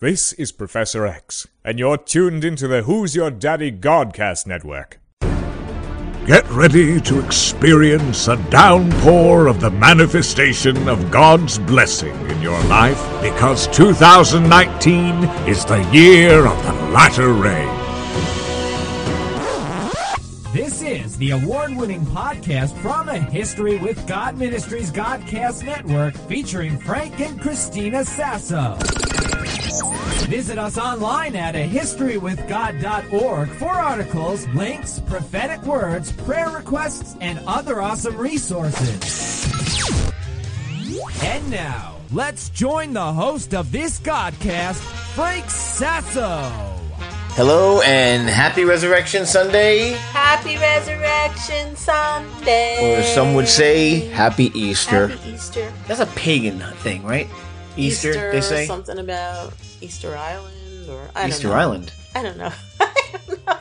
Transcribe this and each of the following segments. This is Professor X, and you're tuned into the Who's Your Daddy Godcast network. Get ready to experience a downpour of the manifestation of God's blessing in your life because 2019 is the year of the latter rain. This is the award winning podcast from the History with God Ministries Godcast Network featuring Frank and Christina Sasso. Visit us online at a historywithgod.org for articles, links, prophetic words, prayer requests, and other awesome resources. And now, let's join the host of this Godcast, Frank Sasso. Hello and happy Resurrection Sunday, Happy Resurrection Sunday. or some would say happy Easter. Happy Easter. That's a pagan thing, right? Easter, they say. something about Easter Island or I Easter don't know. Island. I don't know. I don't know.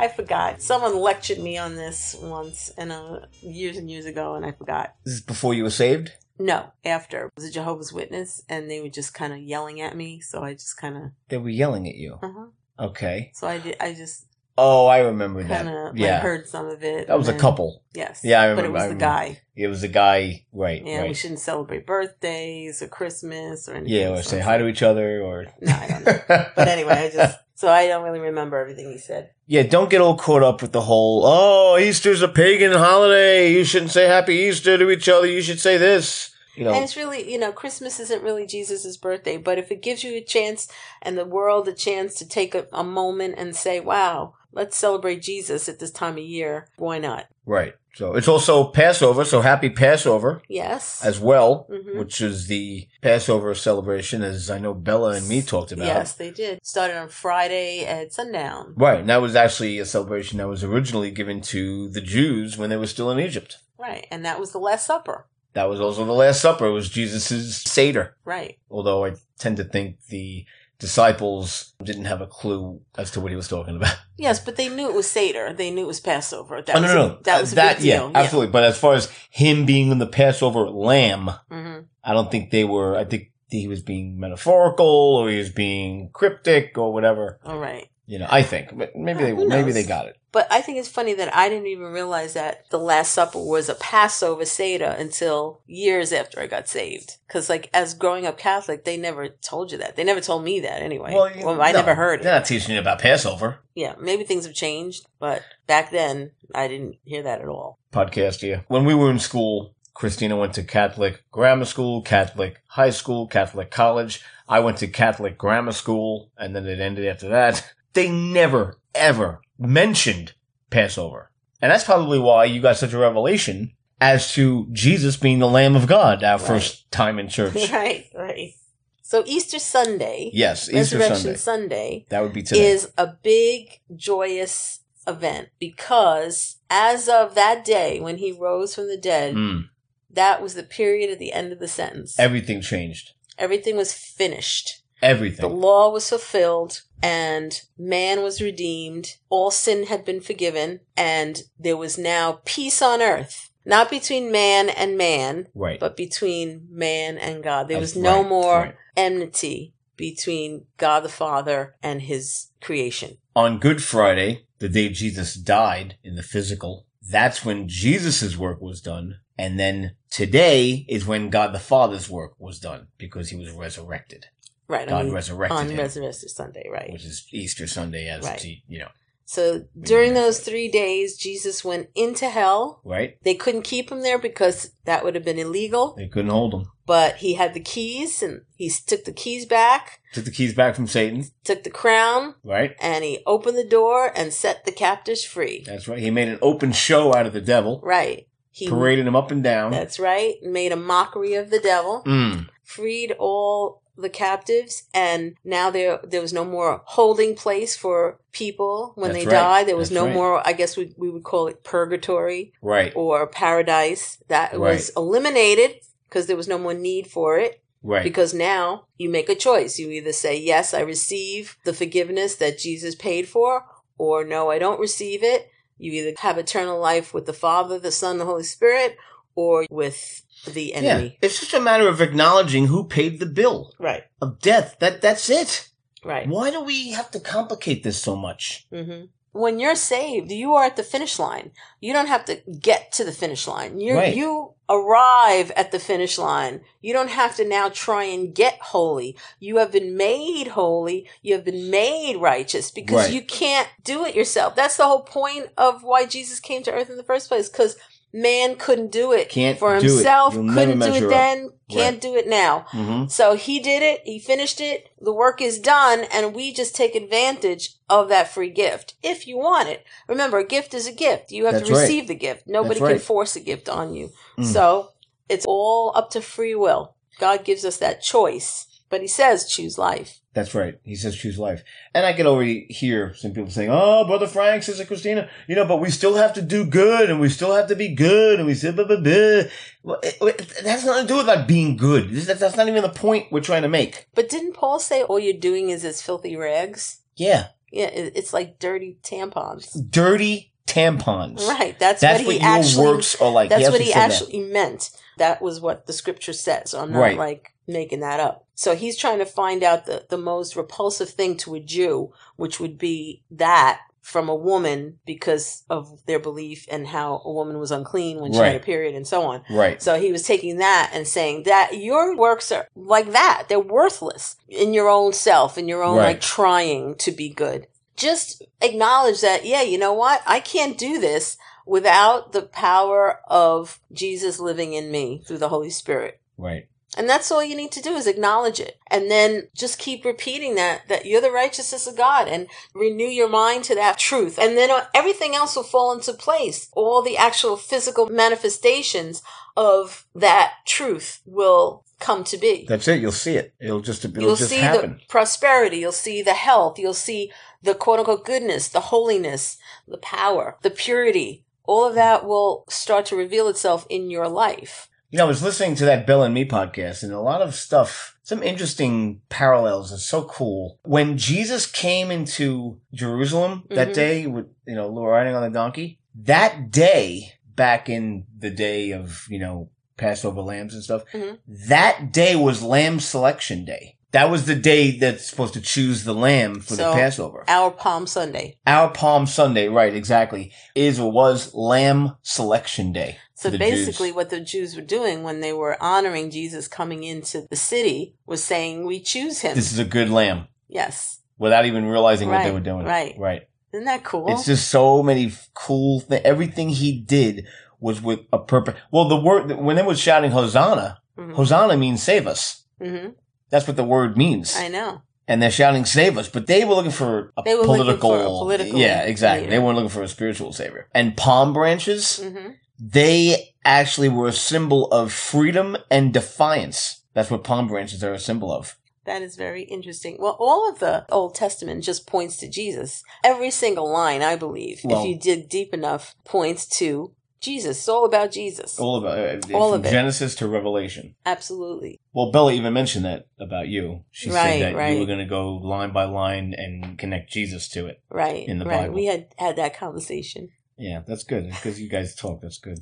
I forgot. Someone lectured me on this once and uh, years and years ago, and I forgot. This is before you were saved. No, after I was a Jehovah's Witness, and they were just kind of yelling at me, so I just kind of. They were yelling at you. Uh-huh. Okay. So I did. I just Oh, I remember kind that. of yeah. like, heard some of it. that was a and- couple. Yes. Yeah, I But it remember- was I the remember. guy. It was a guy, right? Yeah, we right. shouldn't celebrate birthdays or Christmas or anything. yeah, or so say it's hi like- to each other, or. No, I don't know. But anyway, I just so I don't really remember everything he said. Yeah, don't get all caught up with the whole, oh, Easter's a pagan holiday. You shouldn't say happy Easter to each other. You should say this. You know, And it's really, you know, Christmas isn't really Jesus' birthday, but if it gives you a chance and the world a chance to take a, a moment and say, wow, let's celebrate Jesus at this time of year, why not? right. So it's also Passover, so happy Passover. Yes. as well, Mhm. which is the Passover celebration, as I know Bella and me talked about. Yes, they did. Started on Friday at sundown. Right, and that was actually a celebration that was originally given to the Jews when they were still in Egypt. Right. And that was the Last Supper. That was also the Last Supper. It was Jesus' Seder. Right. Although I tend to think the disciples didn't have a clue as to what he was talking about. Yes, but they knew it was Seder. They knew it was Passover. That oh, no, was no, a- no. that was Uh, a big yeah, deal. absolutely. But as far as him being the Passover lamb, hmm I don't think they were. I think he was being metaphorical or he was being cryptic or whatever. All right. You know, I think, but maybe they Ah, Who knows? maybe they got it. But I think it's funny that I didn't even realize that the Last Supper was a Passover Seder until years after I got saved. Because, like, as growing up Catholic, they never told you that. They never told me that anyway. Well, you- I no, never heard They're it. not teaching you about Passover Yeah, maybe things have changed, but back then I didn't hear that at all. podcast here. When we were in school, Christina went to Catholic grammar school, Catholic high school, Catholic college. I went to Catholic grammar school, and then it ended after that. They never ever mentioned Passover, and that's probably why you got such a revelation as to Jesus being the Lamb of God. Our Right. first time in church, right, right. So Easter Sunday, yes, Easter Sunday. Resurrection Sunday That would be today. is a big joyous event because as of that day when he rose from the dead, Mm. that was the period at the end of the sentence. Everything changed. Everything was finished. The Everything. law was fulfilled and man was redeemed. All sin had been forgiven and there was now peace on earth. Not between man and man, Right. but between man and God. There That's was no right, more right. enmity between God the Father and his creation. On Good Friday, the day Jesus died in the physical, that's when Jesus' work was done. And then today is when God the Father's work was done because he was resurrected. Right. God I mean, resurrected on him, Resurrection Sunday, right. which is Easter Sunday as Right. he- you know, So during those three days, Jesus went into hell. right? They couldn't keep him there because that would have been illegal, They couldn't hold him. but he had the keys and he took the keys back, Took the keys back from Satan, took the crown, right? and he opened the door and set the captives free. That's right. He made an open show out of the devil, Right. He paraded him up and down. That's right. Made a mockery of the devil, Mm. freed all the captives and now there there was no more holding place for people when That's they right. die there was That's no right. more i guess we, we would call it purgatory Right, or paradise that was eliminated because there was no more need for it right. because now you make a choice you either say yes i receive the forgiveness that jesus paid for or no i don't receive it you either have eternal life with the father the son the holy spirit or with the Yeah, enemy. it's just a matter of acknowledging who paid the bill Right. of death. That that's it. Right. Why do we have to complicate this so much? hmm When you're saved, you are at the finish line. You don't have to get to the finish line. You Right. you arrive at the finish line. You don't have to now try and get holy. You have been made holy. You have been made righteous because Right. you can't do it yourself. That's the whole point of why Jesus came to earth in the first place because man couldn't do it Can't for do it. himself. You'll never Couldn't do measure it up. then. Can't do it now. Mm-hmm. So he did it, he finished it, the work is done, and we just take advantage of that free gift if you want it. Remember, a gift is a gift. You have That's to right. receive the gift. Nobody That's right. can force a gift on you. Mm. So it's all up to free will. God gives us that choice, but he says choose life. That's right. He says choose life. And I can already hear some people saying, "Oh, brother Frank, sister Christina, you know, but we still have to do good, and we still have to be good, and we still blah blah blah." Well, it, it- that's nothing to do with that being good. This- that- That's not even the point we're trying to make. But didn't Paul say all you're doing is as filthy rags? Yeah, Yeah, it- it's like dirty tampons. dirty tampons. Right. That's, That's what he what, your actually works are like. That's Yes, what we he said that. actually meant. That was what the scripture says. So I'm not Right. like making that up. So he's trying to find out the, the most repulsive thing to a Jew, which would be that from a woman because of their belief and how a woman was unclean when she had Right. a period and so on. Right. So he was taking that and saying that your works are like that. They're worthless in your own self, in your own Right. like trying to be good. Just acknowledge that, yeah, you know what? I can't do this without the power of Jesus living in me through the Holy Spirit. Right. And that's all you need to do is acknowledge it. And then just keep repeating that, that you're the righteousness of God and renew your mind to that truth. And then uh, everything else will fall into place. All the actual physical manifestations of that truth will come to be. That's it. You'll see it. It'll just it'll You'll just see happen. the prosperity. You'll see the health. You'll see the quote unquote goodness, the holiness, the power, the purity. All of that will start to reveal itself in your life. You know, I was listening to that Bill and Me podcast and a lot of stuff, some interesting parallels. It's so cool. When Jesus came into Jerusalem that Mhm. day with, you know, riding on the donkey, that day back in the day of, you know, Passover lambs and stuff, Mhm. that day was lamb selection day. That was the day that's supposed to choose the lamb for the So, Passover. Our Palm Sunday. Our Palm Sunday, right, exactly, is or was Lamb Selection Day. for So the basically, Jews. what the Jews were doing when they were honoring Jesus coming into the city was saying, We choose him. this is a good lamb yes. without even realizing what they Right, were doing. right. Right. Isn't that cool? It's just so many f- cool things. Everything he did was with a purpose. Well, the word, when they were shouting Hosanna, Mm-hmm. Hosanna means save us. hmm That's what the word means. I know. and they're shouting save us, but they were looking for a They were looking political, for a political yeah, exactly. leader. They weren't looking for a spiritual savior. And palm branches, hmm they actually were a symbol of freedom and defiance. That's what palm branches are a symbol of. That is very interesting. Well, all of the Old Testament just points to Jesus. Every single line, I believe, Well- if you dig deep enough, points to Jesus. It's all about Jesus. All of it, All from of it. Genesis to Revelation. Absolutely. Well, Bella even mentioned that about you. She Right, said that right. you were going to go line by line and connect Jesus to it. Right. In the right. Bible. We had had that conversation. Yeah, that's good because you guys talk. That's good.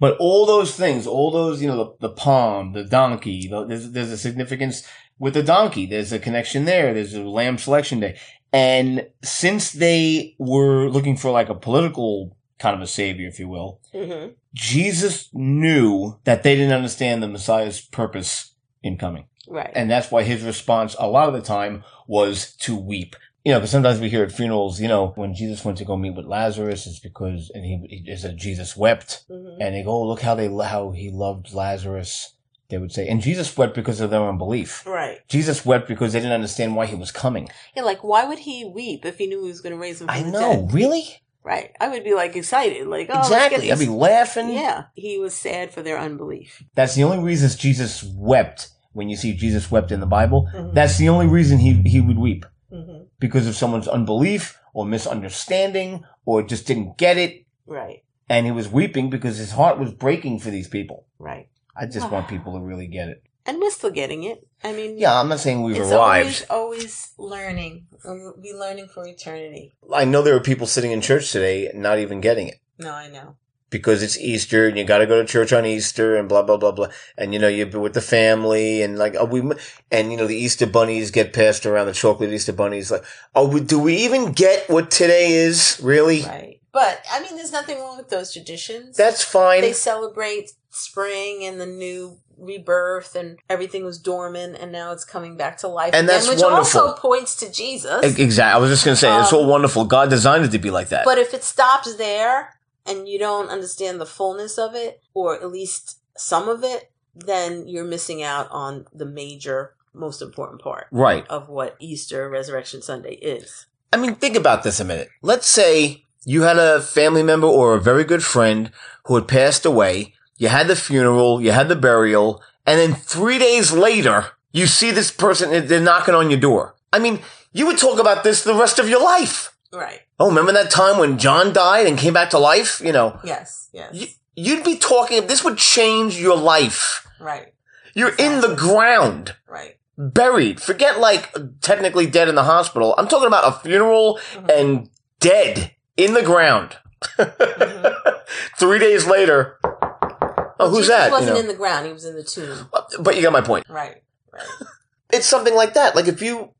but all those things, all those, you know, the, the palm, the donkey, the, there's, there's a significance with the donkey. There's a connection there. There's a lamb selection day. And since they were looking for like a political kind of a savior, if you will, hmm Jesus knew that they didn't understand the Messiah's purpose in coming. Right. And that's why his response a lot of the time was to weep. You know, because sometimes we hear at funerals, you know, when Jesus went to go meet with Lazarus, it's because, and he, he it said Jesus wept. Mhm. And they go, oh, look how they, how he loved Lazarus. They would say, and Jesus wept because of their unbelief. Right. Jesus wept because they didn't understand why he was coming. Yeah, like why would he weep if he knew he was going to raise him from I the know, dead? really? Right. I would be like excited, like oh, let's get exactly. I'd be this. laughing. yeah, he was sad for their unbelief. That's the only reason Jesus wept when you see Jesus wept in the Bible. Mhm. That's the only reason he, he would weep. Mm-hmm. because of someone's unbelief or misunderstanding or just didn't get it. Right. And he was weeping because his heart was breaking for these people. Right. I just Ah. want people to really get it. And we're still getting it. I mean, Yeah, I'm not saying we've it's always arrived. always learning. We'll be learning for eternity. I know there are people sitting in church today not even getting it. No, I know. because it's Easter and you got to go to church on Easter and blah blah blah blah. And you know you've been with the family and like are we and you know the Easter bunnies get passed around the chocolate Easter bunnies. Like, oh, we, do we even get what today is really? Right. But I mean, there's nothing wrong with those traditions. That's fine. they celebrate spring and the new rebirth and everything was dormant and now it's coming back to life And again, that's which wonderful. also points to jesus exactly. I was just gonna say it's Um, all wonderful. God designed it to be like that. but if it stops there and you don't understand the fullness of it or at least some of it then you're missing out on the major most important part right. of what easter resurrection sunday is I mean, think about this a minute. Let's say you had a family member or a very good friend who had passed away. You had the funeral, you had the burial, and then three days later, you see this person, and they're knocking on your door. I mean, you would talk about this the rest of your life. right Oh, remember that time when John died and came back to life? You know, yes yes you, you'd be talking, this would change your life. right You're in the ground right buried. Forget like technically dead in the hospital. I'm talking about a funeral and dead in the ground. Three days later. Oh, who's Jesus that? You wasn't know. in the ground he was in the tomb but you got my point. right right It's something like that. Like if you,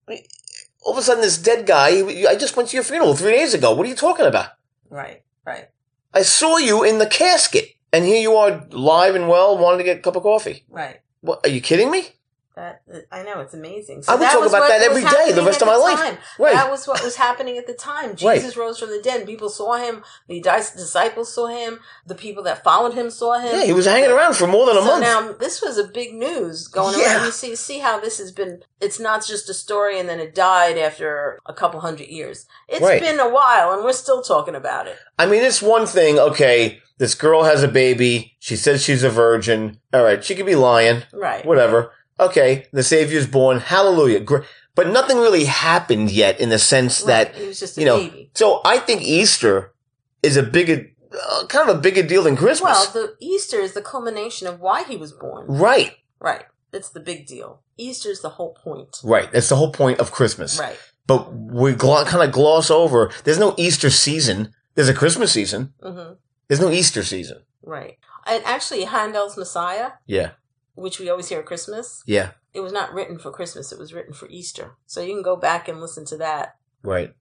all of a sudden, this dead guy. I just went to your funeral three days ago. What are you talking about? right right I saw you in the casket, and here you are, live and well, wanting to get a cup of coffee. right What? Are you kidding me? That I know it's amazing. I would that talk was about what that was every day the happening rest at of my the life. time. Right. That was what was happening at the time. Right. Jesus rose from the dead. and People saw him. The dis- disciples saw him. The people that followed him saw him. Yeah, he was hanging around for more than a so month. now this was a big news going Yeah. around. You see, see how this has been. It's not just a story, and then it died after a couple hundred years. It's Right. been a while, and we're still talking about it. I mean, it's one thing, okay, this girl has a baby. She says she's a virgin. All right, she could be lying. Right. Whatever. Okay, the Savior's born. Hallelujah. Gr- But nothing really happened yet in the sense Right. that, he was just a you know. baby. So I think Easter is a bigger, uh, kind of a bigger deal than Well, Christmas. the Easter is the culmination of why he was born. right, Right. It's the big deal. Easter is the whole point. right. That's the whole point of Christmas. Right. But we gl- kind of gloss over. There's no Easter season. There's a Christmas season. hmm There's no Easter season. Right. And actually, Handel's Messiah, Yeah, which we always hear at Christmas, yeah, it was not written for Christmas. It was written for Easter. So you can go back and listen to that, right.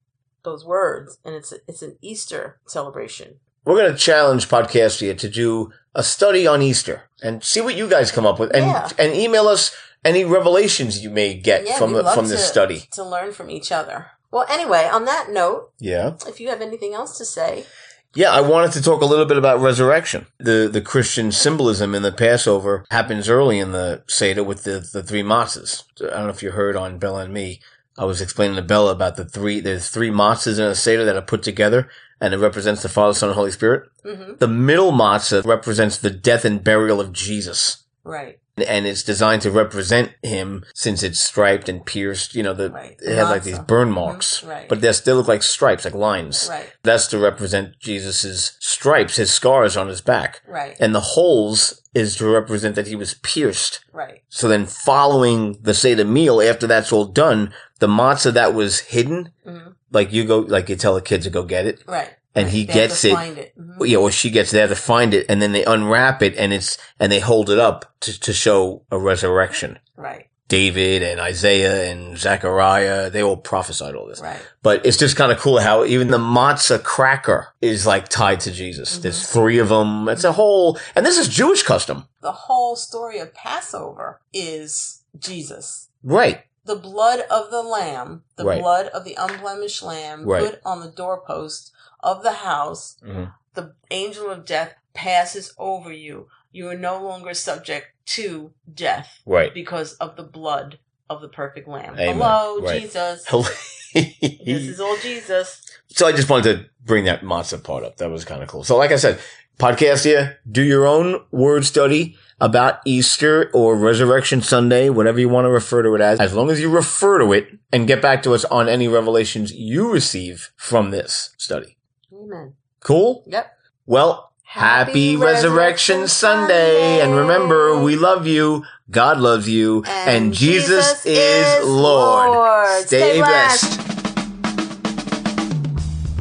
those words, and it's it's an Easter celebration. we're going to challenge Podcastia to do a study on Easter and see what you guys come up with, and Yeah. and email us any revelations you may get from we'd the, love from this to- study. to learn from each other. Well, anyway, on that note, Yeah, if you have anything else to say, yeah. I wanted to talk a little bit about resurrection. The the Christian symbolism in the Passover happens early in the Seder with the the three matzahs. I don't know if you heard on Bella and Me. I was explaining to Bella about the three there's three matzahs in a Seder that are put together, and it represents the Father, Son, and Holy Spirit. hmm The middle matzah represents the death and burial of Jesus. right? and it's designed to represent him since it's striped and pierced. You know, the, Right. it had like Lots these of- burn marks, Mhm. Right. but they still look like stripes, like lines. Right. That's to represent Jesus's stripes, his scars on his back, Right. and the holes is to represent that he was pierced. Right. So then, following the Seder meal, after that's all done, the matzah that was hidden, Mhm. like you go, like you tell the kid to go get it, Right. and he They have to gets it. Find it. Mhm. Well, yeah, well, she gets there to find it, and then they unwrap it, and it's and they hold it up to, to show a resurrection. Right. David and Isaiah and Zechariah, they all prophesied all this. Right. But it's just kind of cool how even the matzah cracker is like tied to Jesus. Mm-hmm. There's three of them. It's a whole, and this is Jewish custom, The whole story of Passover is Jesus. right? the blood of the lamb, the Right. blood of the unblemished lamb, Right. put on the doorpost of the house. Mhm. The angel of death passes over you. You are no longer subject to death Right. because of the blood of the perfect lamb. Amen. Hello, Right. Jesus. This is so all Jesus. I just wanted to bring that matzah part up. That was kind of cool. So, like I said, podcast here. Do your own word study about Easter or Resurrection Sunday, whatever you want to refer to it as. As long as you refer to it, and get back to us on any revelations you receive from this study. Amen. Cool? Yep. Well, happy, Happy Resurrection, Resurrection Sunday. And remember, Sunday. we love you, God loves you, and, Jesus, is Lord. Stay, blessed. That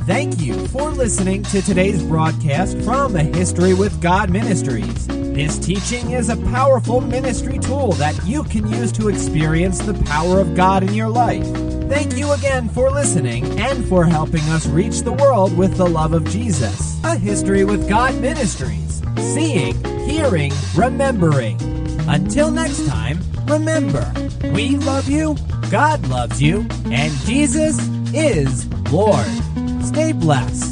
Thank you for listening to today's broadcast from the History with God Ministries. This teaching is a powerful ministry tool that you can use to experience the power of God in your life. Thank you again for listening and for helping us reach the world with the love of Jesus. A History with God Ministries. Seeing, hearing, remembering. Until next time, remember, we love you, God loves you, and Jesus is Lord. Stay blessed.